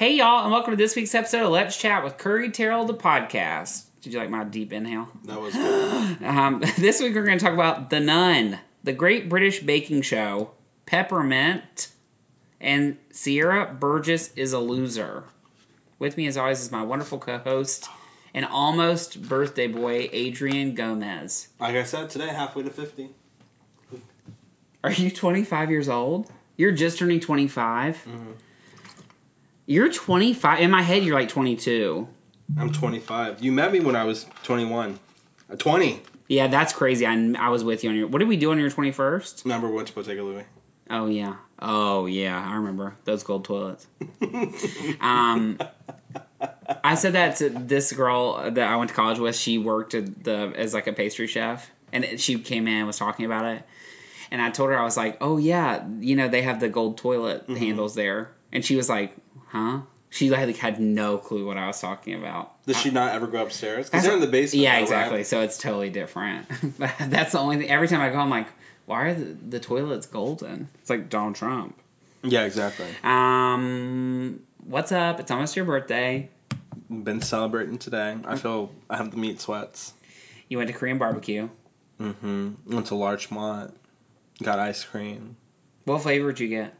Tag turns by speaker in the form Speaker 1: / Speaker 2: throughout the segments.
Speaker 1: welcome to this week's episode of Let's Chat with Curry Terrell, the podcast. Did you like my deep inhale?
Speaker 2: That was good.
Speaker 1: Um, this week we're going to talk about The Nun, the great British baking show, Peppermint, and Sierra Burgess is a loser. With me, as always, is my wonderful co host and almost birthday boy, Adrian Gomez.
Speaker 2: Like I said today, halfway to fifty.
Speaker 1: Are you 25 years old? You're just turning 25.
Speaker 2: Mm-hmm.
Speaker 1: You're 25. In my head, you're like 22.
Speaker 2: I'm 25. You met me when I was 21. Uh, 20.
Speaker 1: Yeah, that's crazy. I, I was with you on your. What did we do on your 21st?
Speaker 2: Remember we went to Bottega Louis?
Speaker 1: Oh, yeah. Oh, yeah. I remember those gold toilets. um, I said that to this girl that I went to college with. She worked at the as like a pastry chef, and it- she came in and was talking about it. And I told her, I was like, oh, yeah, you know, they have the gold toilet handles there. And she was like, huh? She like had no clue what I was talking about.
Speaker 2: Did she not ever go upstairs? Because they're in the basement.
Speaker 1: Yeah,
Speaker 2: though, right?
Speaker 1: exactly. So it's totally different. That's the only thing. Every time I go, I'm like, why are the, the toilets golden? It's like Donald Trump.
Speaker 2: Yeah, exactly.
Speaker 1: Um, what's up? It's almost your birthday.
Speaker 2: Been celebrating today. I feel I have the meat sweats. Mm-hmm.
Speaker 1: You went to Korean barbecue.
Speaker 2: Went to Larchmont. Got ice cream.
Speaker 1: What flavor did you get?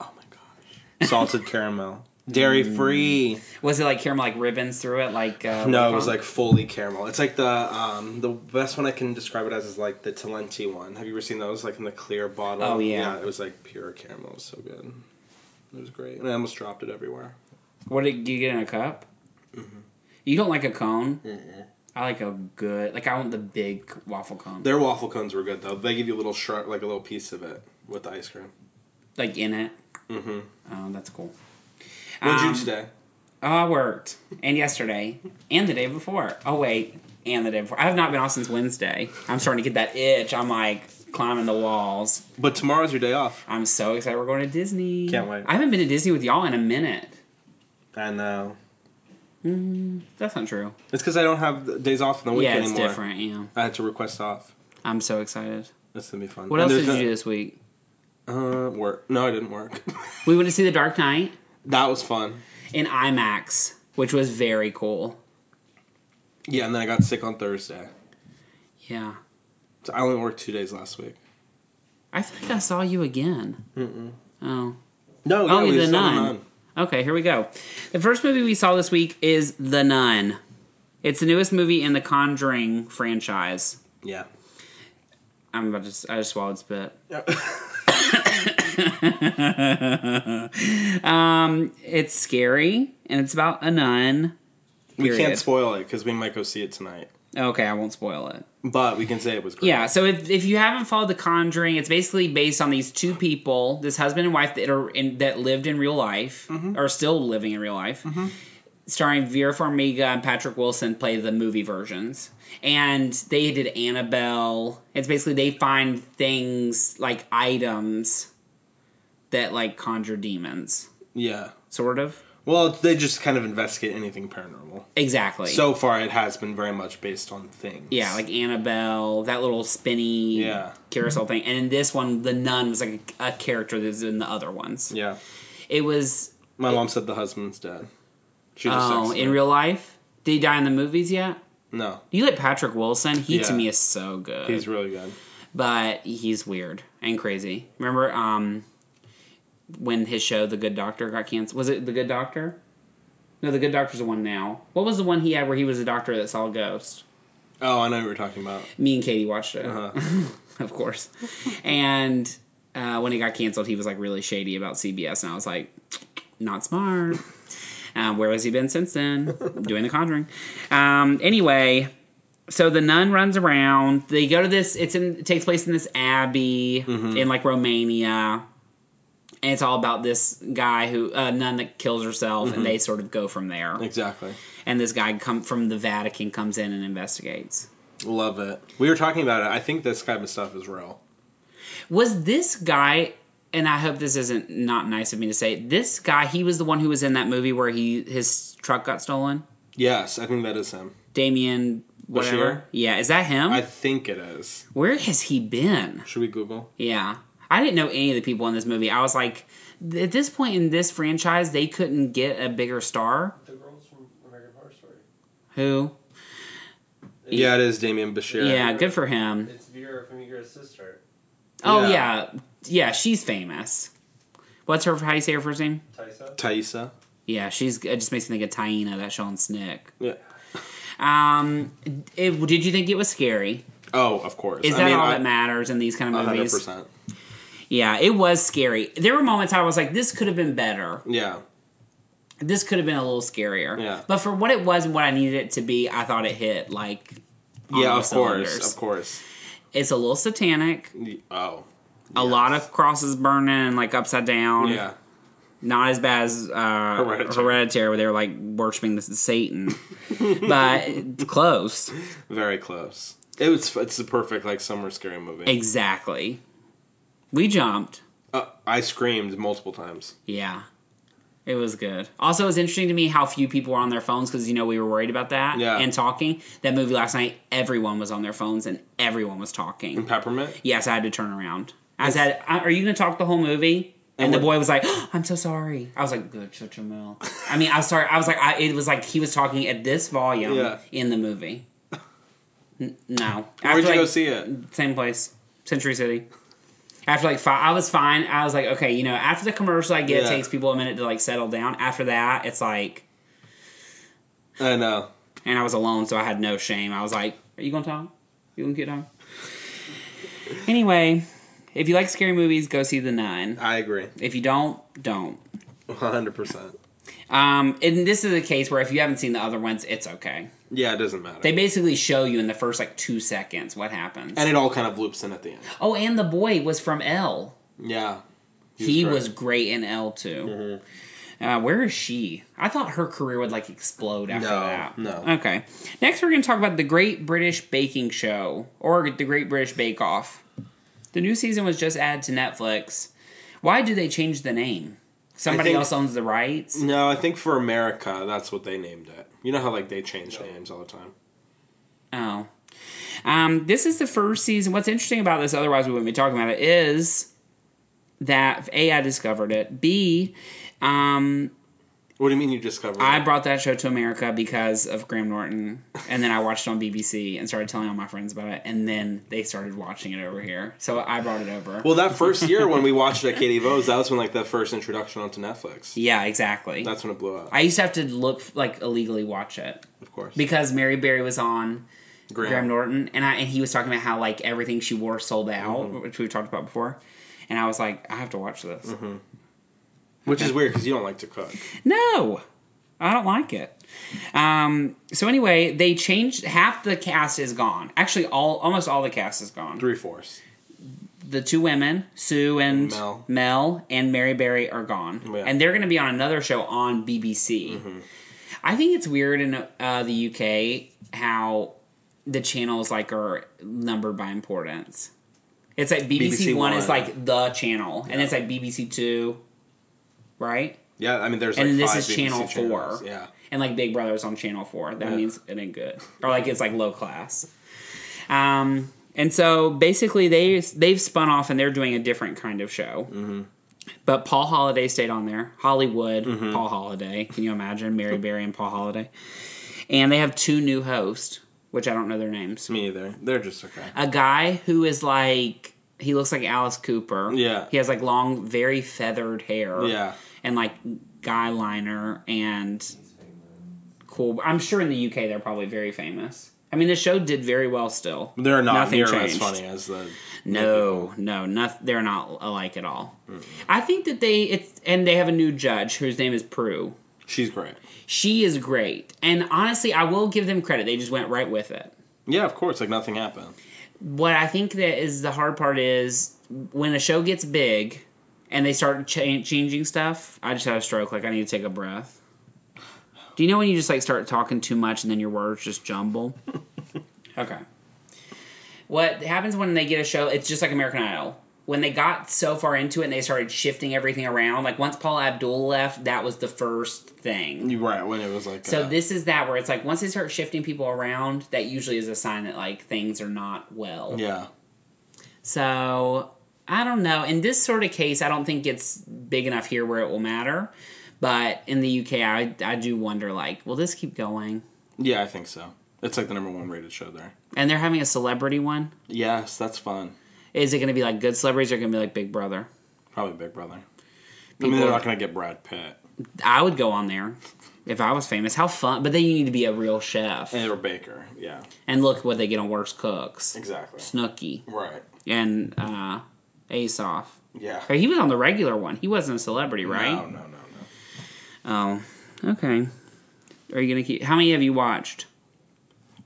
Speaker 2: Oh my gosh. Salted caramel. Dairy free.
Speaker 1: Was it like caramel, like ribbons through it? Like uh,
Speaker 2: No,
Speaker 1: what
Speaker 2: it was
Speaker 1: do you
Speaker 2: like fully caramel. It's like the um the best one I can describe it as is like the Talenti one. Have you ever seen those? Like in the clear bottle.
Speaker 1: Oh, yeah.
Speaker 2: it was like pure caramel. It was so good. It was great, and I almost dropped it everywhere.
Speaker 1: call 'em? What did you get in a cup?
Speaker 2: Mm-hmm.
Speaker 1: You don't like a cone. I like a good. Like I want the big waffle cone,
Speaker 2: Their waffle cones were good though. They give you a little shred, like a little piece of it with the ice cream.
Speaker 1: like in it. Mm-hmm. Oh, that's cool.
Speaker 2: What did you
Speaker 1: Um,
Speaker 2: do today?
Speaker 1: Oh, I worked. And yesterday. And the day before. Oh, wait. And the day before. I have not been off since Wednesday. I'm starting to get that itch. I'm like climbing the walls.
Speaker 2: But tomorrow's your day off.
Speaker 1: I'm so excited. We're going to Disney.
Speaker 2: Can't wait.
Speaker 1: I haven't been to Disney with y'all in a minute.
Speaker 2: I know.
Speaker 1: That's not true.
Speaker 2: It's because I don't have the days off on the
Speaker 1: yeah,
Speaker 2: weekend
Speaker 1: it's
Speaker 2: anymore.
Speaker 1: different. Yeah.
Speaker 2: I had to request off.
Speaker 1: I'm so excited.
Speaker 2: That's gonna be fun.
Speaker 1: What
Speaker 2: And
Speaker 1: else
Speaker 2: there's
Speaker 1: did you do this week?
Speaker 2: no- Uh, work. No, I didn't work.
Speaker 1: We went to see The Dark Knight
Speaker 2: that was fun.
Speaker 1: in IMAX, which was very cool.
Speaker 2: Yeah, and then I got sick on Thursday.
Speaker 1: Yeah.
Speaker 2: So I only worked two days last week.
Speaker 1: I feel like I saw you again. Mm-mm. Oh.
Speaker 2: No,
Speaker 1: Oh,
Speaker 2: yeah, we
Speaker 1: the
Speaker 2: just saw
Speaker 1: nun. Okay, here we go. The first movie we saw this week is The Nun. It's the newest movie in the Conjuring franchise.
Speaker 2: Yeah.
Speaker 1: I'm about to. s- I just swallowed spit. It's scary and it's about a nun.
Speaker 2: we
Speaker 1: Period.
Speaker 2: can't spoil it because we might go see it tonight.
Speaker 1: Okay, I won't spoil it.
Speaker 2: But we can say it was great.
Speaker 1: Yeah, so if, if you haven't followed The Conjuring, it's basically based on these two people, this husband and wife that are in, that lived in real life, are still living in real life, starring Vera Farmiga and Patrick Wilson play the movie versions, and they did Annabelle. It's basically they find things like items that like conjure demons,
Speaker 2: Yeah.
Speaker 1: sort of.
Speaker 2: Well, they just kind of investigate anything paranormal.
Speaker 1: Exactly.
Speaker 2: So far, it has been very much based on things.
Speaker 1: Yeah, like Annabelle, that little spinny
Speaker 2: Yeah.
Speaker 1: carousel thing. And in this one, the nun was like a, a character that's in the other ones.
Speaker 2: Yeah.
Speaker 1: It was,
Speaker 2: My mom said the husband's dead. She just
Speaker 1: oh,
Speaker 2: texted
Speaker 1: in
Speaker 2: me.
Speaker 1: real life? Did he die in the movies yet?
Speaker 2: No,
Speaker 1: You like Patrick Wilson? He to
Speaker 2: Yeah.
Speaker 1: me is so good.
Speaker 2: he's really good.
Speaker 1: but he's weird and crazy. Remember um, when his show, The Good Doctor, got canceled? Was it The Good Doctor? No, The Good Doctor's the one now. What was the one he had where he was a doctor that saw a ghost?
Speaker 2: Oh, I know what you were talking about.
Speaker 1: me and Katie watched it,
Speaker 2: Uh-huh.
Speaker 1: of course. And uh, when it got canceled, he was like really shady about CBS, and I was like, not smart. Um, where has he been since then? Doing The Conjuring. Um, anyway, so the nun runs around. They go to this. It's in. It takes place in this abbey in like Romania. And it's all about this guy who uh, nun that kills herself, and they sort of go from there.
Speaker 2: Exactly.
Speaker 1: And this guy come from the Vatican comes in and investigates.
Speaker 2: Love it. We were talking about it. I think this kind of stuff is real.
Speaker 1: Was this guy? And I hope this isn't not nice of me to say. This guy, he was the one who was in that movie where he his truck got stolen.
Speaker 2: Yes, I think that is him.
Speaker 1: Damien, whatever.
Speaker 2: Bashir?
Speaker 1: Yeah, is that him?
Speaker 2: I think it is.
Speaker 1: where has he been?
Speaker 2: Should we Google?
Speaker 1: Yeah, I didn't know any of the people in this movie. I was like, th- at this point in this franchise, they couldn't get a bigger star.
Speaker 3: The girls from American Horror Story.
Speaker 1: Who?
Speaker 2: Yeah, it is Damien Bashir.
Speaker 1: Yeah, good for him.
Speaker 3: It's Vera Farmiga's sister,
Speaker 1: Oh yeah,
Speaker 2: Yeah.
Speaker 1: yeah, she's famous. What's her? How do you say her first name?
Speaker 3: Tysa.
Speaker 2: Thaisa.
Speaker 1: Yeah, she's. It just makes me think of Taina, that show on Snick.
Speaker 2: Yeah.
Speaker 1: Um, it, did you think it was scary?
Speaker 2: Oh, of course.
Speaker 1: Is that all that matters in these kind of
Speaker 2: Hundred
Speaker 1: movies?
Speaker 2: percent.
Speaker 1: Yeah, it was scary. There were moments I was like, this could have been better.
Speaker 2: Yeah.
Speaker 1: This could have been a little scarier.
Speaker 2: Yeah.
Speaker 1: But for what it was and what I needed it to be, I thought it hit like. on
Speaker 2: Yeah,
Speaker 1: all
Speaker 2: of
Speaker 1: cylinders.
Speaker 2: course, of course.
Speaker 1: It's a little satanic.
Speaker 2: Y- Oh,
Speaker 1: A lot of crosses burning and like upside down.
Speaker 2: yeah,
Speaker 1: Not as bad as uh,
Speaker 2: Hereditary.
Speaker 1: Hereditary. where they were like worshiping this Satan, but close.
Speaker 2: very close. It was. It's the perfect like summer scary movie.
Speaker 1: Exactly. We jumped.
Speaker 2: Uh, I screamed multiple times.
Speaker 1: Yeah. It was good. Also, it was interesting to me how few people were on their phones because, you know, we were worried about that
Speaker 2: Yeah.
Speaker 1: and talking. That movie last night, everyone was on their phones and everyone was talking.
Speaker 2: Peppermint.
Speaker 1: Yes, I had to turn around. I said, "Uh, Are you going to talk the whole movie? And
Speaker 2: And
Speaker 1: the
Speaker 2: what-
Speaker 1: boy was like, "Oh, I'm so sorry. I was like, Good, shut your mouth. I mean, I'm sorry. I was like, I, It was like he was talking at this volume
Speaker 2: Yeah.
Speaker 1: in the movie. N- no.
Speaker 2: Where'd
Speaker 1: After,
Speaker 2: you go
Speaker 1: like,
Speaker 2: see it?
Speaker 1: same place, Century City. After like five, I was fine. I was like, okay, you know, after the commercial I get, it
Speaker 2: Yeah.
Speaker 1: takes people a minute to like settle down. After that, it's like,
Speaker 2: I know.
Speaker 1: and I was alone, so I had no shame. I was like, are you gonna talk? You gonna get on? anyway, if you like scary movies, go see The Nun.
Speaker 2: I agree.
Speaker 1: If you don't, don't.
Speaker 2: One hundred percent.
Speaker 1: Um, and this is a case where if you haven't seen the other ones, it's okay.
Speaker 2: Yeah, it doesn't matter.
Speaker 1: They basically show you in the first like two seconds what happens.
Speaker 2: and it all kind of loops in at the end.
Speaker 1: oh, and the boy was from L.
Speaker 2: Yeah.
Speaker 1: He
Speaker 2: great.
Speaker 1: was great in L 2 Uh, where is she? I thought her career would like explode after
Speaker 2: No,
Speaker 1: that.
Speaker 2: no.
Speaker 1: Okay. Next, we're going to talk about the Great British Baking Show or the Great British Bake Off. The new season was just added to Netflix. Why do they change the name? Somebody
Speaker 2: think-
Speaker 1: else owns the rights.
Speaker 2: No, I think for America, that's what they named it. You know how like they change names all the time.
Speaker 1: Oh. Um, this is the first season. What's interesting about this, otherwise we wouldn't be talking about it, is that A, I discovered it. B, um,
Speaker 2: What do you mean you discovered?
Speaker 1: I
Speaker 2: it?
Speaker 1: brought that show to America because of Graham Norton, and then I watched it on BBC and started telling all my friends about it, and then they started watching it over here. So I brought it over.
Speaker 2: Well, that first year when we watched it at Katie Vo's, that was when like the first introduction onto Netflix.
Speaker 1: yeah, exactly.
Speaker 2: That's when it blew up.
Speaker 1: I used to have to look like illegally watch it
Speaker 2: Of course.
Speaker 1: because Mary Berry was on
Speaker 2: Graham.
Speaker 1: Graham Norton, and I and he was talking about how like everything she wore sold out,
Speaker 2: Mm-hmm.
Speaker 1: which we've talked about before, and I was like, I have to watch this.
Speaker 2: Mm-hmm. Which is weird because you don't like to cook.
Speaker 1: No, I don't like it. Um, so anyway, they changed half the cast is gone. Actually, all almost all the cast is gone.
Speaker 2: Three fourths.
Speaker 1: the two women, Sue and Mel,
Speaker 2: Mel.
Speaker 1: and Mary Berry, are gone,
Speaker 2: Yeah. Mm-hmm.
Speaker 1: and they're going to be on another show on BBC. I think it's weird in uh, the UK how the channels like are numbered by importance. It's like BBC,
Speaker 2: BBC
Speaker 1: One is
Speaker 2: One.
Speaker 1: like the channel, and it's like BBC Two, right?
Speaker 2: Yeah, I mean, there's
Speaker 1: And
Speaker 2: like
Speaker 1: then this
Speaker 2: five
Speaker 1: is
Speaker 2: BBC
Speaker 1: Channel
Speaker 2: channels.
Speaker 1: Four.
Speaker 2: Yeah.
Speaker 1: And like Big Brother's on Channel Four. That
Speaker 2: Yeah.
Speaker 1: means it ain't good, or like it's like low class. Um, and so basically they they've spun off and they're doing a different kind of show.
Speaker 2: Mm-hmm.
Speaker 1: But Paul Holiday stayed on there. Hollywood,
Speaker 2: Mm-hmm.
Speaker 1: Paul Holiday. Can you imagine Mary Berry and Paul Holiday? And they have two new hosts, which I don't know their names.
Speaker 2: Me either. They're just okay.
Speaker 1: A guy who is like he looks like Alice Cooper.
Speaker 2: Yeah.
Speaker 1: he has like long, very feathered hair
Speaker 2: Yeah.
Speaker 1: and like guy liner and cool. I'm sure in the UK they're probably very famous. I mean, the show did very well still.
Speaker 2: They're not
Speaker 1: Nothing
Speaker 2: near
Speaker 1: changed.
Speaker 2: as funny as the.
Speaker 1: No, no, not, they're not alike at all. I think that they it's and they have a new judge whose name is Prue.
Speaker 2: She's great.
Speaker 1: She is great, and honestly, I will give them credit. They just went right with it.
Speaker 2: Yeah, of course. Like nothing happened.
Speaker 1: what I think that is the hard part is when a show gets big and they start cha- changing stuff. I just had a stroke. Like I need to take a breath. Do you know when you just like start talking too much and then your words just jumble? okay. What happens when they get a show? It's just like American Idol. When they got so far into it and they started shifting everything around, like once Paul Abdul left, that was the first thing.
Speaker 2: You're right. When it was like.
Speaker 1: So
Speaker 2: uh,
Speaker 1: this is that where it's like once they start shifting people around, that usually is a sign that like things are not well.
Speaker 2: Yeah.
Speaker 1: So I don't know. In this sort of case, I don't think it's big enough here where it will matter. But in the UK, I, I do wonder, like, will this keep going?
Speaker 2: Yeah, I think so. It's like the number one rated show there.
Speaker 1: And they're having a celebrity one.
Speaker 2: Yes, that's fun.
Speaker 1: Is it going to be like good celebrities or going to be like Big Brother?
Speaker 2: Probably Big Brother. I
Speaker 1: People-
Speaker 2: mean, they're not going to get Brad Pitt
Speaker 1: I would go on there if I was famous. How fun! But then you need to be a real chef.
Speaker 2: or Baker. Yeah,
Speaker 1: And look what they get on Worst Cooks,
Speaker 2: exactly.
Speaker 1: Snooki
Speaker 2: Right.
Speaker 1: and uh, Asoff.
Speaker 2: Yeah.
Speaker 1: Or He was on the regular one. He wasn't a celebrity,
Speaker 2: No,
Speaker 1: right?
Speaker 2: no, no, no.
Speaker 1: Oh, okay. Are you gonna keep? How many have you watched?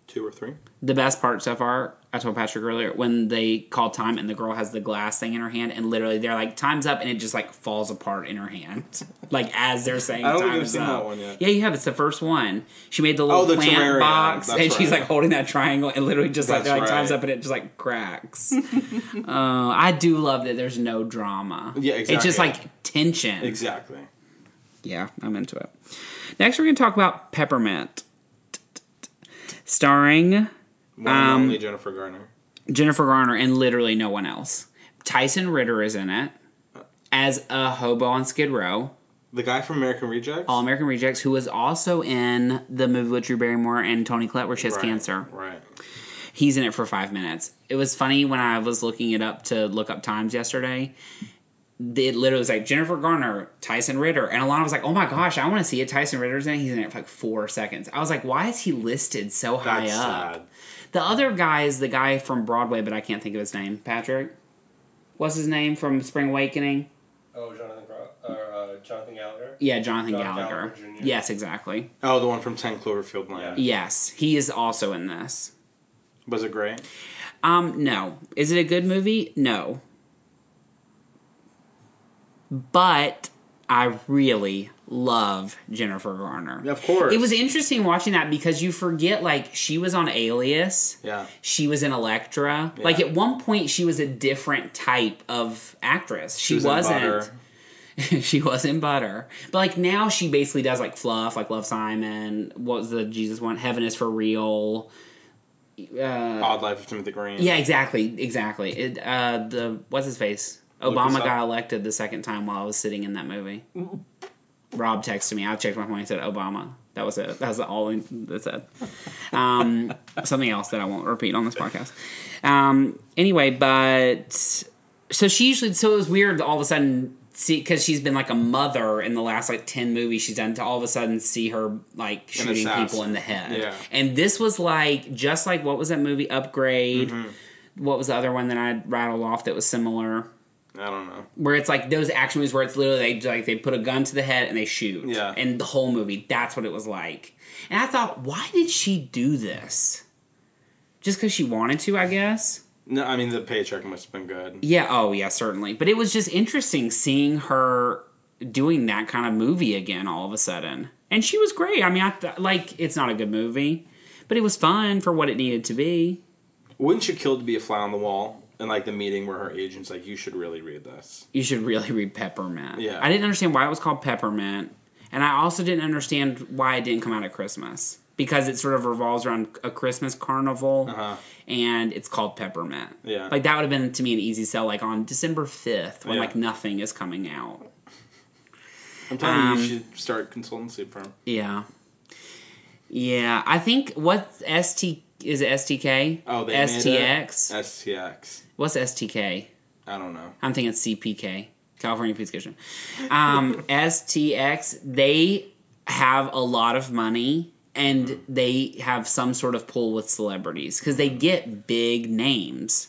Speaker 2: Two or three.
Speaker 1: the best part so far i told patrick earlier when they call time and the girl has the glass thing in her hand and literally they're like time's up and it just like falls apart in her hand like as they're saying
Speaker 2: I don't think
Speaker 1: time's
Speaker 2: I've seen
Speaker 1: up.
Speaker 2: that one yet.
Speaker 1: yeah you have it's the first one she made the little
Speaker 2: Oh, the
Speaker 1: plant
Speaker 2: terrarium.
Speaker 1: box
Speaker 2: That's
Speaker 1: and she's
Speaker 2: right.
Speaker 1: like holding that triangle and literally just like
Speaker 2: That's
Speaker 1: they're like
Speaker 2: right.
Speaker 1: time's up and it just like cracks uh, i do love that there's no drama
Speaker 2: Yeah,
Speaker 1: it's just
Speaker 2: exactly.
Speaker 1: like tension
Speaker 2: Exactly.
Speaker 1: yeah, I'm into it. Next, we're going to talk about Peppermint, starring
Speaker 2: One and
Speaker 1: Um,
Speaker 2: only Jennifer Garner.
Speaker 1: Jennifer Garner and literally no one else. Tyson Ritter is in it as a hobo on Skid Row,
Speaker 2: The guy from American Rejects.
Speaker 1: All American Rejects, who was also in the movie with Drew Barrymore and Tony Collette where she has
Speaker 2: Right,
Speaker 1: cancer.
Speaker 2: Right.
Speaker 1: He's in it for five minutes. It was funny when I was looking it up to look up times yesterday. It literally was like Jennifer Garner, Tyson Ritter, and Alana was like, "Oh my gosh, I want to see it." Tyson Ritter's in it. He's in it for like four seconds. I was like, "Why is he listed so high
Speaker 2: That's
Speaker 1: up?"
Speaker 2: sad.
Speaker 1: The other guy is the guy from Broadway, but I can't think of his name. Patrick? What's his name from Spring Awakening?
Speaker 3: Oh, Jonathan Gro- or uh, Jonathan Gallagher.
Speaker 1: Yeah, Jonathan
Speaker 3: John
Speaker 1: Gallagher.
Speaker 3: Gallagher Jr..
Speaker 1: Yes, exactly.
Speaker 2: Oh, the one from Ten Cloverfield Lane.
Speaker 1: Yes, he is also in this.
Speaker 2: Was it great?
Speaker 1: Um, no. Is it a good movie? No. But I really love Jennifer Garner.
Speaker 2: Of course.
Speaker 1: It was interesting watching that because you forget like she was on Alias.
Speaker 2: Yeah.
Speaker 1: She was in Electra. Like at one point she was a different type of actress. She,
Speaker 2: was in
Speaker 1: was not
Speaker 2: Butter.
Speaker 1: she was in Butter. But like now she basically does like fluff, like Love Simon, what was the Jesus one? Heaven is for real. Uh,
Speaker 2: Odd Life of Timothy Green.
Speaker 1: Yeah, exactly, exactly. It, uh, the what's his face?
Speaker 2: this
Speaker 1: Obama
Speaker 2: up.
Speaker 1: got elected the second time while I was sitting in that movie. Rob texted me. I checked my phone. He said Obama. That was it. That was all in- that said. Um, something else that I won't repeat on this podcast. Um, anyway, but so she usually so it was weird all of a sudden see because she's been like a mother in the last like ten movies she's done to all of a sudden see her like shooting
Speaker 2: assassin.
Speaker 1: people in the head.
Speaker 2: Yeah.
Speaker 1: And this was like just like what was that movie Upgrade?
Speaker 2: Mm-hmm.
Speaker 1: What was the other one that I rattled off that was similar?
Speaker 2: I don't know.
Speaker 1: Where it's like those action movies where it's literally they like they put a gun to the head and they shoot.
Speaker 2: Yeah.
Speaker 1: And the whole movie, that's what it was like. And I thought, why did she do this? Just because she wanted to, I guess.
Speaker 2: No, I mean the paycheck must have been good.
Speaker 1: Yeah, oh yeah, certainly. But it was just interesting seeing her doing that kind of movie again all of a sudden. And she was great. I mean, I th- like it's not a good movie, but it was fun for what it needed to be.
Speaker 2: Wouldn't you kill to be a fly on the wall in like the meeting where her agent's like, "You should really read this."
Speaker 1: You should really read Peppermint.
Speaker 2: Yeah.
Speaker 1: I didn't understand why it was called Peppermint, and I also didn't understand why it didn't come out at Christmas because it sort of revolves around a Christmas carnival
Speaker 2: Uh-huh.
Speaker 1: and it's called Peppermint.
Speaker 2: Yeah.
Speaker 1: Like that would have been to me an easy sell like on December 5th when
Speaker 2: Yeah.
Speaker 1: like nothing is coming out.
Speaker 2: I'm telling
Speaker 1: Um,
Speaker 2: you, you should start a consultancy firm.
Speaker 1: Yeah. Yeah, I think what ST is it STK?
Speaker 2: Oh, Uh, they
Speaker 1: STX.
Speaker 2: Made it? STX.
Speaker 1: What's STK?
Speaker 2: I don't know.
Speaker 1: I'm thinking CPK, California Pizza Kitchen. Um, STX, they have a lot of money and they have some sort of pull with celebrities because they get big names,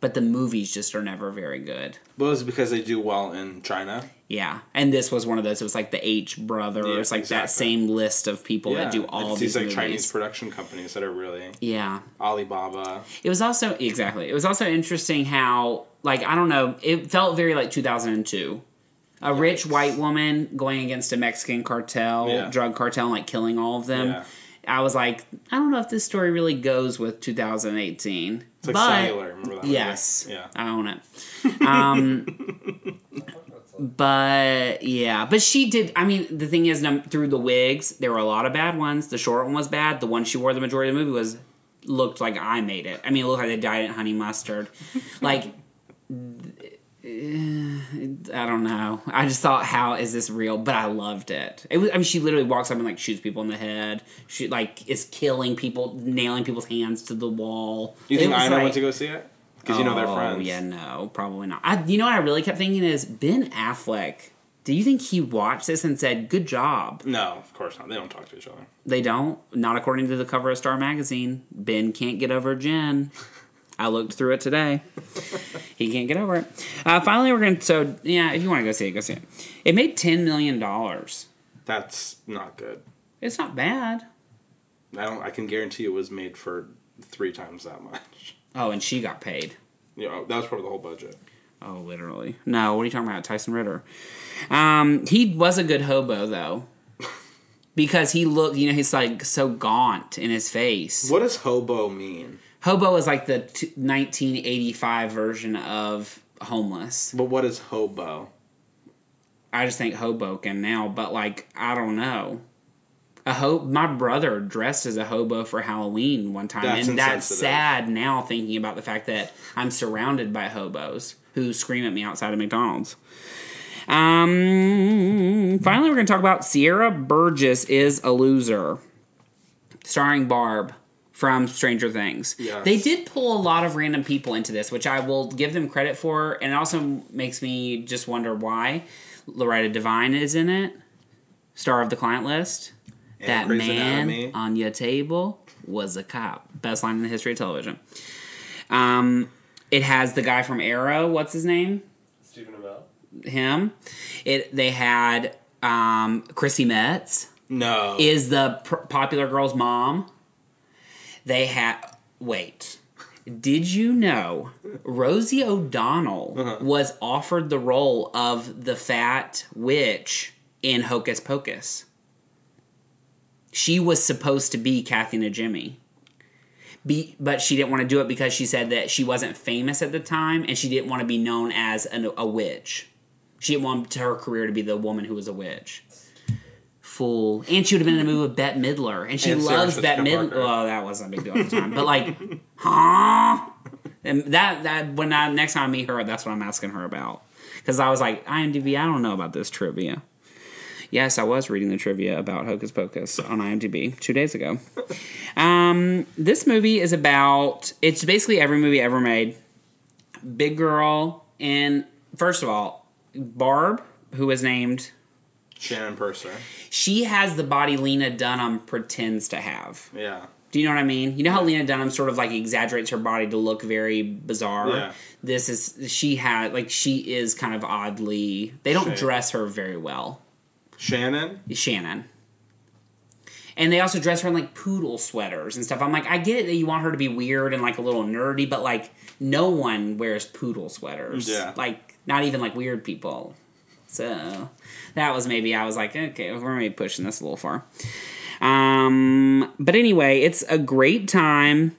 Speaker 1: but the movies just are never very good.
Speaker 2: But it was because they do well in China.
Speaker 1: Yeah, and this was one of those. It was like the H brothers,
Speaker 2: Yeah,
Speaker 1: like that
Speaker 2: exactly.
Speaker 1: same list of people that do all
Speaker 2: it's
Speaker 1: these,
Speaker 2: these like
Speaker 1: movies.
Speaker 2: Chinese production companies that are really
Speaker 1: yeah,
Speaker 2: Alibaba.
Speaker 1: It was also exactly. It was also interesting how like I don't know. It felt very like 2002. A rich white woman going against a Mexican cartel,
Speaker 2: Yeah.
Speaker 1: drug cartel, and like killing all of them.
Speaker 2: Yeah.
Speaker 1: I was like, I don't know if this story really goes with 2018.
Speaker 2: It's like
Speaker 1: but
Speaker 2: cellular. Remember that? movie?
Speaker 1: yes,
Speaker 2: Yeah.
Speaker 1: I own it. Um, but yeah, but she did. I mean, the thing is, num- through the wigs, there were a lot of bad ones. The short one was bad. The one she wore the majority of the movie was looked like I made it. I mean, it looked like they dyed it in honey mustard. Like, th- I don't know. I just thought, how is this real? But I loved it. It was. I mean, she literally walks up and like shoots people in the head. She like is killing people, nailing people's hands to the wall.
Speaker 2: You think
Speaker 1: It was
Speaker 2: Ina
Speaker 1: like-
Speaker 2: went to go see it? Because you know they're
Speaker 1: Oh,
Speaker 2: friends.
Speaker 1: Yeah, no, probably not. I, you know what I really kept thinking is Ben Affleck. Do you think he watched this and said, "Good job"?
Speaker 2: No, of course not. They don't talk to each other.
Speaker 1: They don't. Not according to the cover of Star Magazine. Ben can't get over Jen. I looked through it today. he can't get over it. Uh, finally, we're going to. So, yeah, if you want to go see it, go see it. It made $10 million.
Speaker 2: That's not good.
Speaker 1: It's not bad.
Speaker 2: I don't. I can guarantee it was made for three times that much.
Speaker 1: Oh, and she got paid.
Speaker 2: You know, that was probably the whole budget.
Speaker 1: Oh, literally. No, what are you talking about? Tyson Ritter. Um, he was a good hobo, though. Because he looked, you know, he's like so gaunt in his face.
Speaker 2: What does hobo mean?
Speaker 1: Hobo is like the t- 1985 version of homeless.
Speaker 2: But what is hobo?
Speaker 1: I just think Hoboken now, but like I don't know. A ho- my brother dressed as a hobo for Halloween one time,
Speaker 2: That's
Speaker 1: and that's
Speaker 2: insensitive.
Speaker 1: sad now thinking about the fact that I'm surrounded by hobos who scream at me outside of McDonald's. Um, finally, we're going to talk about Sierra Burgess is a loser, starring Barb from Stranger Things.
Speaker 2: Yes.
Speaker 1: They did pull a lot of random people into this, which I will give them credit for, and it also makes me just wonder why Loretta Devine is in it, star of the client list.
Speaker 2: And
Speaker 1: that
Speaker 2: Grey's
Speaker 1: man
Speaker 2: Anatomy.
Speaker 1: on your table was a cop. Best line in the history of television. Um, it has the guy from Arrow. What's his name?
Speaker 3: Stephen Amell.
Speaker 1: him. It they had um, Chrissy Metz
Speaker 2: No.
Speaker 1: is the pr- popular girl's mom. They had wait. Did you know Rosie O'Donnell was offered the role of the fat witch in Hocus Pocus? She was supposed to be Kathy and Jimmy. Be, but she didn't want to do it because she said that she wasn't famous at the time and she didn't want to be known as an, a witch. She didn't want her career to be the woman who was a witch. Fool. And she would have been in a movie with Bette Midler. And she
Speaker 2: And Sarah
Speaker 1: loves
Speaker 2: Jessica
Speaker 1: Bette Midler.
Speaker 2: Parker.
Speaker 1: Well, that wasn't a big deal at the time. But like, huh? And that, that, when I, next time I meet her, that's what I'm asking her about. Because I was like, IMDb, I don't know about this trivia. Yes, I was reading the trivia about Hocus Pocus on IMDb two days ago. Um, this movie is about it's basically every movie ever made. Big girl and first of all, Barb, who was named,
Speaker 2: Shannon Purser.
Speaker 1: she has the body Lena Dunham pretends to have.
Speaker 2: Yeah.
Speaker 1: Do you know what I mean? You know how Lena Dunham sort of like exaggerates her body to look very bizarre.
Speaker 2: Yeah.
Speaker 1: This is she had like she is kind of oddly they don't
Speaker 2: Shaped.
Speaker 1: dress her very well.
Speaker 2: Shannon.
Speaker 1: Shannon. And they also dress her in like poodle sweaters and stuff. I'm like, I get it that you want her to be weird and like a little nerdy, but like no one wears poodle sweaters.
Speaker 2: Yeah.
Speaker 1: Like not even like weird people. So that was maybe I was like, okay, we're maybe pushing this a little far. Um, but anyway, it's a great time.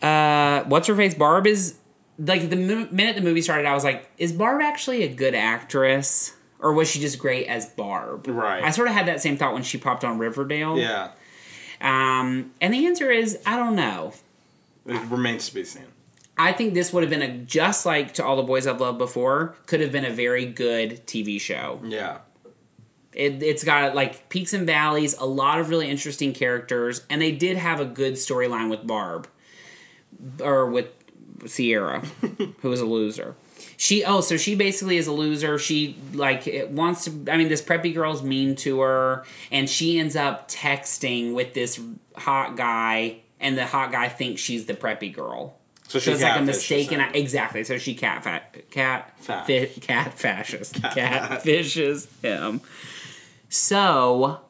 Speaker 1: Uh, what's her face? Barb is like the m- minute the movie started, I was like, is Barb actually a good actress, or was she just great as Barb?
Speaker 2: Right.
Speaker 1: I sort of had that same thought when she popped on Riverdale.
Speaker 2: Yeah.
Speaker 1: Um, and the answer is I don't know.
Speaker 2: It remains to be seen.
Speaker 1: I think this would have been a just like to all the boys I've loved before could have been a very good TV show.
Speaker 2: Yeah.
Speaker 1: It, it's got like peaks and valleys, a lot of really interesting characters, and they did have a good storyline with Barb or with Sierra, who is a loser. She oh, so she basically is a loser. She like it wants to. I mean, this preppy girl's mean to her, and she ends up texting with this hot guy, and the hot guy thinks she's the preppy girl.
Speaker 2: So
Speaker 1: So
Speaker 2: she's
Speaker 1: it's like a mistaken exactly. So she cat fat cat
Speaker 2: Fat.
Speaker 1: fi- cat fascist cat fishes him. So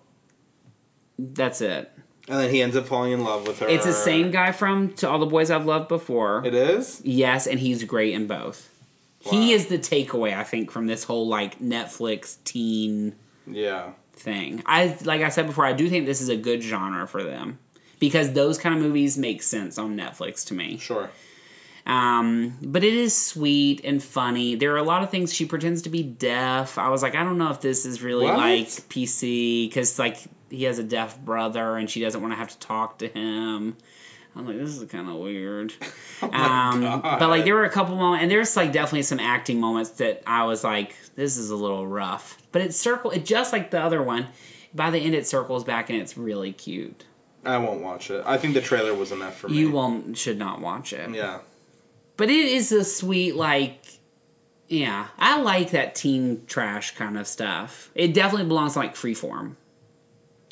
Speaker 1: that's it.
Speaker 2: And then he ends up falling in love with her.
Speaker 1: It's the same guy from To All the Boys I've Loved Before.
Speaker 2: It is.
Speaker 1: Yes, and he's great in both. He
Speaker 2: Wow.
Speaker 1: is the takeaway I think from this whole like Netflix teen
Speaker 2: Yeah.
Speaker 1: thing. I like I said before, I do think this is a good genre for them because those kind of movies make sense on Netflix to me.
Speaker 2: Sure.
Speaker 1: Um, but it is sweet and funny. There are a lot of things she pretends to be deaf. I was like, I don't know if this is really
Speaker 2: What?
Speaker 1: like PC because like he has a deaf brother and she doesn't want to have to talk to him. I was like, this is kind of weird.
Speaker 2: Oh my
Speaker 1: um,
Speaker 2: God.
Speaker 1: but like there were a couple moments, and there's like definitely some acting moments that I was like, this is a little rough. But it circle, it just like the other one. By the end, it circles back and it's really cute.
Speaker 2: I won't watch it. I think the trailer was enough for me.
Speaker 1: You won't should not watch it.
Speaker 2: Yeah.
Speaker 1: But it is a sweet like. Yeah, I like that teen trash kind of stuff. It definitely belongs to like Freeform.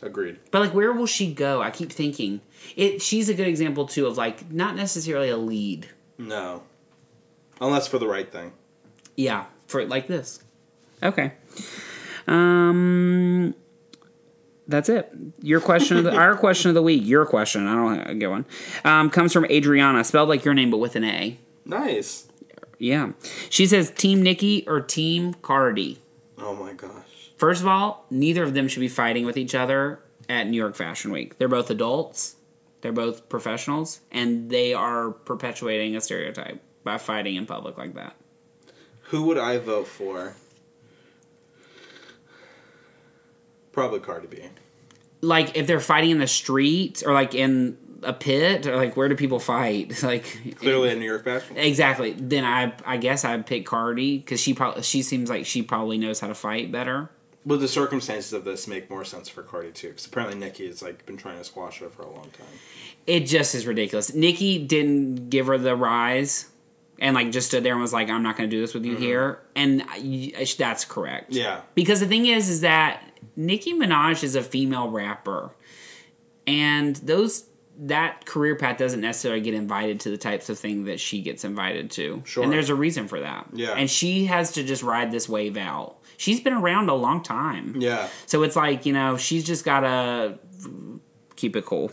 Speaker 2: Agreed.
Speaker 1: But like, where will she go? I keep thinking it. She's a good example too of like not necessarily a lead.
Speaker 2: No. Unless for the right thing.
Speaker 1: Yeah, for it like this. Okay. Um. That's it. Your question of the, our question of the week. Your question. I don't get one. Um, comes from Adriana, spelled like your name but with an A.
Speaker 2: Nice.
Speaker 1: Yeah. She says Team Nikki or Team Cardi.
Speaker 2: Oh my gosh.
Speaker 1: First of all, neither of them should be fighting with each other at New York Fashion Week. They're both adults, they're both professionals, and they are perpetuating a stereotype by fighting in public like that.
Speaker 2: Who would I vote for? Probably Cardi B.
Speaker 1: Like if they're fighting in the streets or like in a pit or like where do people fight? Like
Speaker 2: Clearly a New York fashion.
Speaker 1: exactly. Then I I guess I'd pick Cardi because she probably she seems like she probably knows how to fight better.
Speaker 2: But the circumstances of this make more sense for Cardi too, because apparently Nicki has like been trying to squash her for a long time.
Speaker 1: It just is ridiculous. Nikki didn't give her the rise and like just stood there and was like, I'm not going to do this with you here. And I- I- that's correct.
Speaker 2: Mm-hmm. Yeah.
Speaker 1: Because the thing is, is that Nicki Minaj is a female rapper. And those, that career path doesn't necessarily get invited to the types of thing that she gets invited to.
Speaker 2: Sure.
Speaker 1: And there's a reason for that.
Speaker 2: Yeah.
Speaker 1: And she has to just ride this wave out. She's been around a long time.
Speaker 2: Yeah.
Speaker 1: So it's like, you know, she's just got to keep it cool.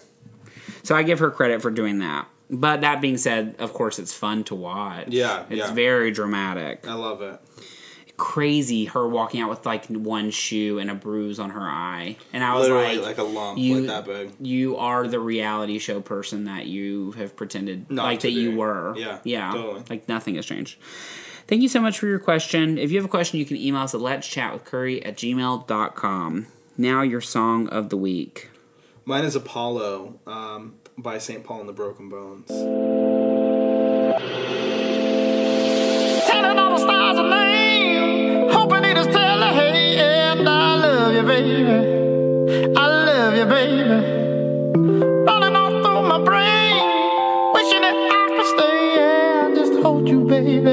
Speaker 1: So I give her credit for doing that. But that being said, of course, it's fun to watch.
Speaker 2: Yeah,
Speaker 1: It's
Speaker 2: yeah.
Speaker 1: very dramatic.
Speaker 2: I love it.
Speaker 1: Crazy, her walking out with like one shoe and a bruise on her eye. And I was
Speaker 2: Literally
Speaker 1: like,
Speaker 2: like, a lump
Speaker 1: you-
Speaker 2: like that big.
Speaker 1: you are the reality show person that you have pretended
Speaker 2: Not
Speaker 1: like
Speaker 2: to
Speaker 1: that you
Speaker 2: be.
Speaker 1: were.
Speaker 2: Yeah,
Speaker 1: Yeah.
Speaker 2: totally.
Speaker 1: Like nothing has changed. Thank you so much for your question. If you have a question, you can email us at let's chat with curry at gmail.com. Now your song of the week.
Speaker 2: Mine is Apollo um, by St. Paul and the Broken Bones.
Speaker 4: telling all the stars a name. Hoping they just tell her, hey, and I love you, baby. I love you, baby. Running all through my brain, wishing that I could stay and just hold you, baby.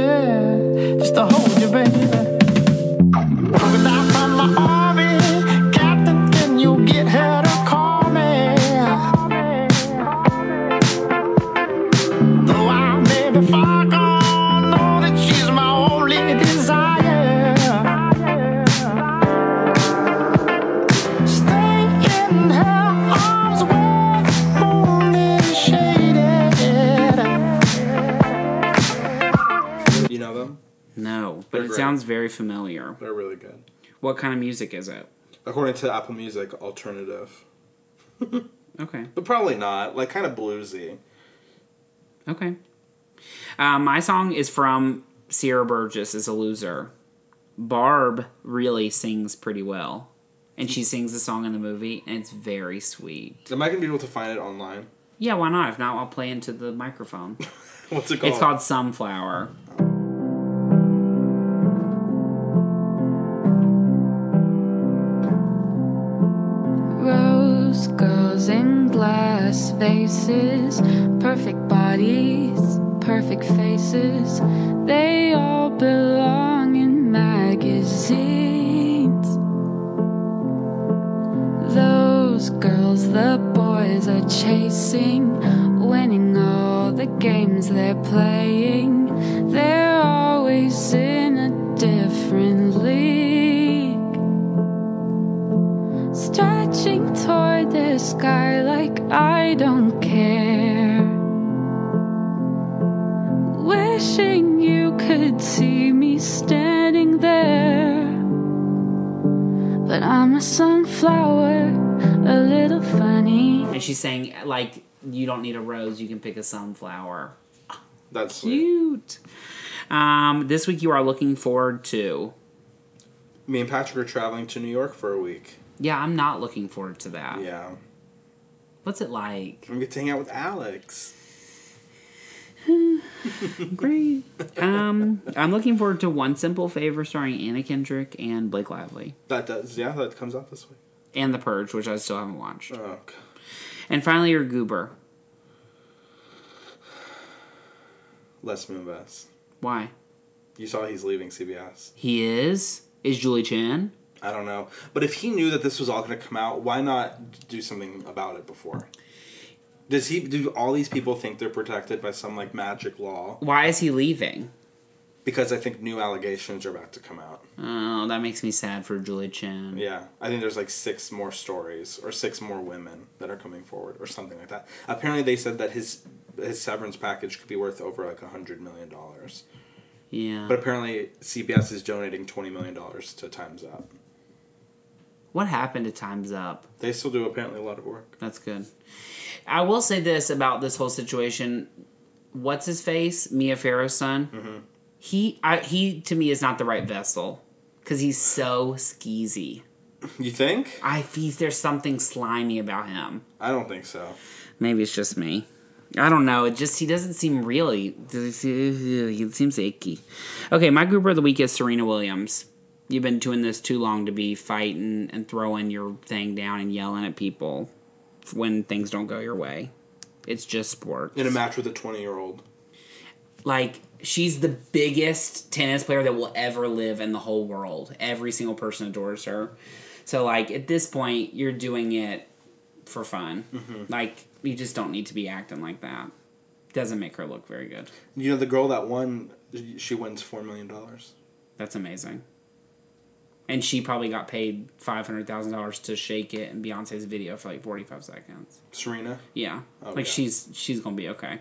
Speaker 4: Just to hold you, baby. Moving out from my army, Captain, can you get her to call me? Though I may be far gone, know that she's my only desire. Stay in her arms where the moon is shaded.
Speaker 2: You know them?
Speaker 1: No, but
Speaker 2: They're
Speaker 1: it
Speaker 2: great.
Speaker 1: sounds very familiar.
Speaker 2: They're really good.
Speaker 1: What kind of music is it?
Speaker 2: According to Apple Music, alternative.
Speaker 1: Okay.
Speaker 2: But probably not. Like kind of bluesy.
Speaker 1: Okay. Uh, my song is from Sierra Burgess is a loser. Barb really sings pretty well. And she sings the song in the movie, and it's very sweet.
Speaker 2: Am I going to be able to find it online?
Speaker 1: Yeah, why not? If not, I'll play into the microphone.
Speaker 2: What's it called?
Speaker 1: It's called Sunflower.
Speaker 5: Rose girls in glass faces, perfect bodies, perfect faces. They all belong in magazines. Those girls the boys are chasing, winning all the games they're playing. They're always in a different league stretching toward the sky like I don't care. Wishing you could see me standing there. But I'm a sunflower, a little funny.
Speaker 1: And she's saying, like, you don't need a rose, you can pick a sunflower.
Speaker 2: That's sweet.
Speaker 1: Cute. Um, this week you are looking forward to.
Speaker 2: Me and Patrick are traveling to New York for a week.
Speaker 1: Yeah, I'm not looking forward to that.
Speaker 2: Yeah.
Speaker 1: What's it like?
Speaker 2: I'm gonna get to hang out with Alex.
Speaker 1: Great. Um, I'm looking forward to One Simple Favor starring Anna Kendrick and Blake Lively.
Speaker 2: That does, yeah, that comes out this way.
Speaker 1: And The Purge, which I still haven't watched.
Speaker 2: Oh, God.
Speaker 1: And finally, your Goober.
Speaker 2: Les Moonves.
Speaker 1: Why?
Speaker 2: You saw he's leaving CBS.
Speaker 1: He is? Is Julie Chen?
Speaker 2: I don't know, but if he knew that this was all gonna come out, why not do something about it before? Does he? Do all these people think they're protected by some like magic law?
Speaker 1: Why is he leaving?
Speaker 2: Because I think new allegations are about to come out.
Speaker 1: Oh, that makes me sad for Julie Chen.
Speaker 2: Yeah, I think there's like six more stories or six more women that are coming forward or something like that. Apparently, they said that his his severance package could be worth over like a hundred million dollars.
Speaker 1: Yeah.
Speaker 2: But apparently, CBS is donating twenty million dollars to Times Up.
Speaker 1: what happened to Time's Up?
Speaker 2: They still do apparently a lot of work.
Speaker 1: That's good. I will say this about this whole situation. What's his face? Mia Farrow's son.
Speaker 2: Mm-hmm.
Speaker 1: He, I, he to me is not the right vessel because he's so skeezy.
Speaker 2: You think?
Speaker 1: I feel there's something slimy about him.
Speaker 2: I don't think so.
Speaker 1: Maybe it's just me. I don't know. It just he doesn't seem really. He seems icky. Okay, my grouper of the week is Serena Williams. You've been doing this too long to be fighting and throwing your thing down and yelling at people when things don't go your way. It's just sports.
Speaker 2: In a match with a twenty-year-old.
Speaker 1: like she's the biggest tennis player that will ever live in the whole world. Every single person adores her. So like at this point, you're doing it for fun.
Speaker 2: Mm-hmm.
Speaker 1: Like you just don't need to be acting like that. Doesn't make her look very good.
Speaker 2: You know, the girl that won, she wins four million dollars.
Speaker 1: That's amazing. And she probably got paid five hundred thousand dollars to shake it in Beyonce's video for like forty five seconds.
Speaker 2: Serena,
Speaker 1: Yeah,
Speaker 2: Oh,
Speaker 1: like
Speaker 2: yeah.
Speaker 1: she's she's gonna be okay.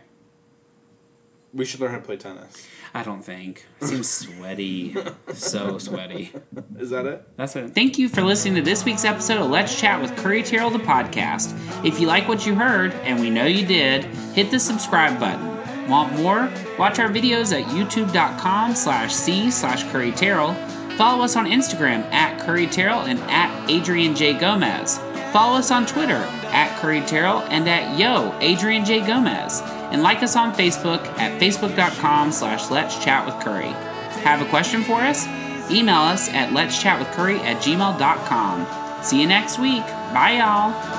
Speaker 2: we should learn how to play tennis.
Speaker 1: I don't think. Seems sweaty, so sweaty.
Speaker 2: Is that it?
Speaker 1: That's it. Thank you for listening to this week's episode of Let's Chat with Curry Terrell, the podcast. If you like what you heard, and we know you did, hit the subscribe button. Want more? Watch our videos at youtube.com slash C slash Curry Terrell. Follow us on Instagram at Curry Terrell and at Adrian J. Gomez. Follow us on Twitter at Curry Terrell and at Yo Adrian J. Gomez. And like us on Facebook at facebook.com slash Let's Chat with Curry. Have a question for us? Email us at let's chat with curry at gmail.com. See you next week. Bye, y'all.